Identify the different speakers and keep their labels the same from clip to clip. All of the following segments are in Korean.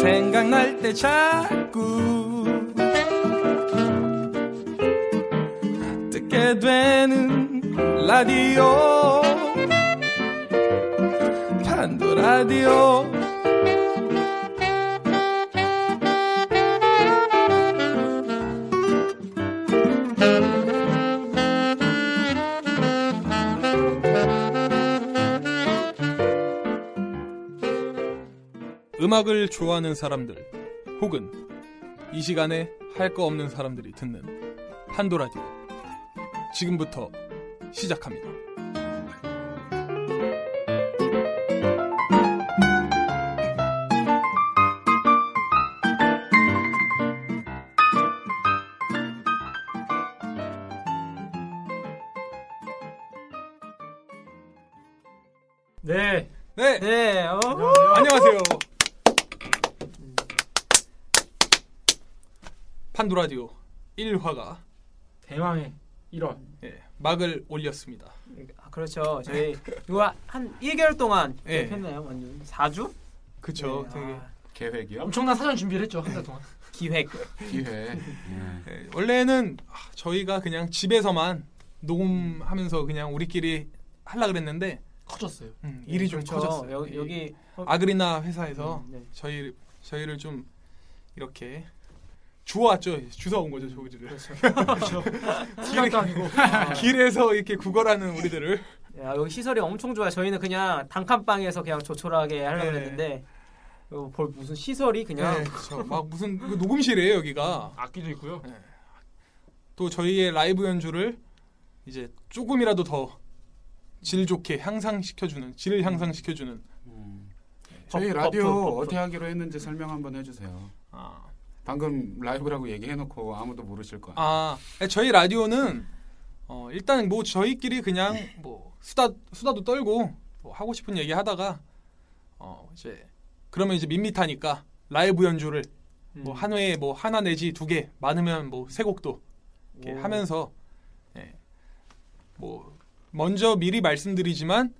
Speaker 1: 생각날 때 자꾸 듣게 되는 라디오 판도 라디오 음악을 좋아하는 사람들 혹은 이 시간에 할 거 없는 사람들이 듣는 판도라디오 지금부터 시작합니다.
Speaker 2: 네,
Speaker 1: 네,
Speaker 2: 네, 어,
Speaker 1: 안녕하세요. 판도라디오 1화가 예,
Speaker 2: 대망의 1월.
Speaker 1: 막을 올렸습니다.
Speaker 2: 아, 그렇죠. 저희 이거 한 1개월 동안
Speaker 1: 예.
Speaker 2: 했나요? 완전 4주?
Speaker 1: 그쵸?
Speaker 2: 네,
Speaker 1: 되게
Speaker 2: 아,
Speaker 3: 계획이요?
Speaker 4: 엄청난 사전 준비를 했죠 한 달 동안.
Speaker 2: 기획.
Speaker 3: 기획.
Speaker 1: 예, 원래는 아, 저희가 그냥 집에서만 녹음하면서 그냥 우리끼리 하려 그랬는데
Speaker 4: 커졌어요.
Speaker 1: 음, 일이 좀
Speaker 2: 그렇죠.
Speaker 1: 커졌어요. 예.
Speaker 2: 여, 여기 어,
Speaker 1: 아그리나 회사에서
Speaker 2: 음, 네.
Speaker 1: 저희 저희를 좀 이렇게 주워왔죠. 주워온 거죠, 저희들을.
Speaker 2: 그렇죠.
Speaker 4: 시간도 아니고
Speaker 1: 길에서 이렇게 구걸하는 우리들을.
Speaker 2: 야, 여기 시설이 엄청 좋아요. 저희는 그냥 단칸방에서 그냥 조촐하게 하려고
Speaker 1: 네.
Speaker 2: 했는데 이거 볼 무슨 시설이
Speaker 1: 네,
Speaker 2: 그냥
Speaker 1: 그쵸. 막 무슨 그 녹음실이에요, 여기가. 네.
Speaker 4: 악기도 있고요.
Speaker 1: 또 저희의 라이브 연주를 이제 조금이라도 더 질 좋게 향상시켜주는 질을 향상시켜주는
Speaker 4: 음.
Speaker 3: 저희
Speaker 2: 법,
Speaker 3: 라디오
Speaker 2: 법, 법, 법.
Speaker 3: 어떻게 하기로 했는지 설명 한번 해주세요.
Speaker 1: 아,
Speaker 3: 방금 라이브라고 얘기해놓고 아무도 모르실 거야.
Speaker 1: 아 저희 라디오는 어, 일단 뭐 저희끼리 그냥 뭐 수다 수다도 떨고 뭐 하고 싶은 얘기 하다가 어 이제 그러면 이제 밋밋하니까 라이브 연주를
Speaker 2: 음.
Speaker 1: 뭐 한 회에 뭐 하나 내지 두 개 많으면 뭐 세 곡도 이렇게
Speaker 2: 오.
Speaker 1: 하면서 예. 뭐 먼저 미리 말씀드리지만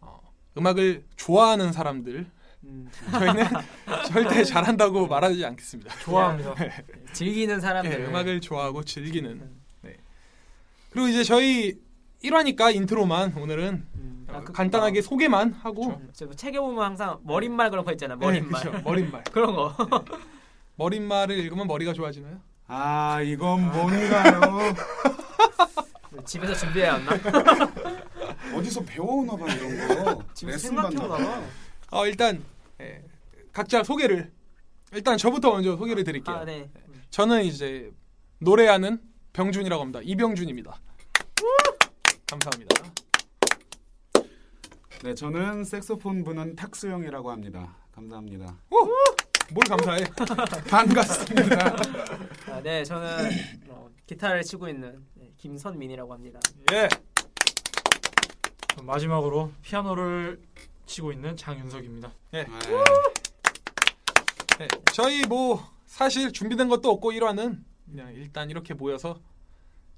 Speaker 1: 어, 음악을 좋아하는 사람들
Speaker 2: 음,
Speaker 1: 저희는 절대 잘한다고 말하지 않겠습니다.
Speaker 4: 좋아합니다.
Speaker 2: 즐기는
Speaker 1: 예,
Speaker 2: 사람들. 음.
Speaker 1: 음악을 좋아하고 즐기는. 네. 그리고 이제 저희 1화니까 인트로만 오늘은 어,
Speaker 2: 음, 아, 그-
Speaker 1: 간단하게 소개만 하고
Speaker 2: 아, 저뭐 책에 보면 항상 머릿말 그런 거 있잖아. 머릿말.
Speaker 1: 네, 그쵸. 머릿말.
Speaker 2: 그런 거.
Speaker 1: 머릿말을 읽으면 머리가 좋아지나요?
Speaker 3: 아, 이건 뭔가요?
Speaker 2: 집에서 준비해야 왔나?
Speaker 3: 어디서 배워오나 봐 이런 거.
Speaker 2: 지금
Speaker 3: 레슨
Speaker 2: 생각해
Speaker 3: 받나 봐.
Speaker 2: 보다가
Speaker 1: 어, 일단 예, 각자 소개를 일단 저부터 먼저 소개를 드릴게요.
Speaker 2: 아, 네.
Speaker 1: 저는 이제 노래하는 병준이라고 합니다. 이병준입니다. 감사합니다.
Speaker 3: 네, 저는 색소폰 부는 탁수영이라고 합니다. 감사합니다.
Speaker 1: 뭘 감사해?
Speaker 3: 반갑습니다.
Speaker 2: 아, 네, 저는 어, 기타를 치고 있는 네, 김선민이라고 합니다.
Speaker 1: 예.
Speaker 4: 그럼 마지막으로 피아노를 치고 있는 장윤석입니다.
Speaker 3: 네.
Speaker 1: 네, 저희 뭐 사실 준비된 것도 없고 1화는 그냥 일단 이렇게 모여서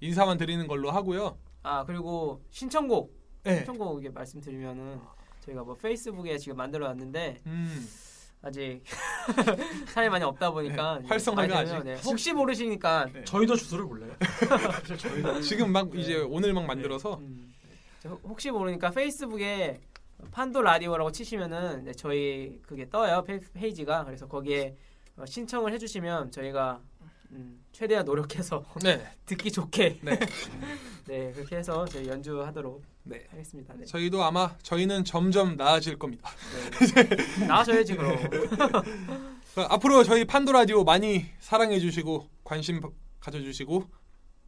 Speaker 1: 인사만 드리는 걸로 하고요.
Speaker 2: 아 그리고 신청곡
Speaker 1: 네.
Speaker 2: 신청곡 이게 말씀드리면은 저희가 뭐 페이스북에 지금 만들어놨는데
Speaker 1: 음.
Speaker 2: 아직 사람이 많이 없다 보니까
Speaker 1: 네, 활성화가
Speaker 2: 많이 되면,
Speaker 1: 아직.
Speaker 2: 네, 혹시 모르시니까
Speaker 1: 네.
Speaker 4: 저희도 주소를 몰라요. 네. 사실 저희도
Speaker 1: 지금 막 이제 오늘 막 만들어서
Speaker 2: 음, 저 혹- 혹시 모르니까 페이스북에 판도 라디오라고 치시면은 네, 저희 그게 떠요 페- 페이지가 그래서 거기에 어, 신청을 해주시면 저희가 음, 최대한 노력해서
Speaker 1: 네.
Speaker 2: 듣기 좋게
Speaker 1: 네.
Speaker 2: 네. 그렇게 해서 저희 연주하도록
Speaker 1: 네.
Speaker 2: 하겠습니다. 네.
Speaker 1: 저희도 아마 저희는 점점 나아질 겁니다.
Speaker 2: 네. 나와줘야지 그럼.
Speaker 1: 그럼 앞으로 저희 판도라디오 많이 사랑해 주시고 관심 가져 주시고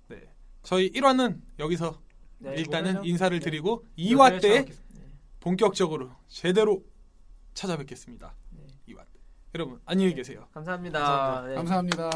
Speaker 1: 네. 저희 1화는 여기서
Speaker 2: 네,
Speaker 1: 일단은
Speaker 2: 오늘은-
Speaker 1: 인사를
Speaker 2: 네.
Speaker 1: 드리고 2화 때
Speaker 4: 찾아뵙겠습니다.
Speaker 1: 본격적으로 제대로 찾아뵙겠습니다.
Speaker 2: 네.
Speaker 1: 2화 때. 여러분 안녕히 계세요.
Speaker 2: 감사합니다. 네.
Speaker 3: 감사합니다.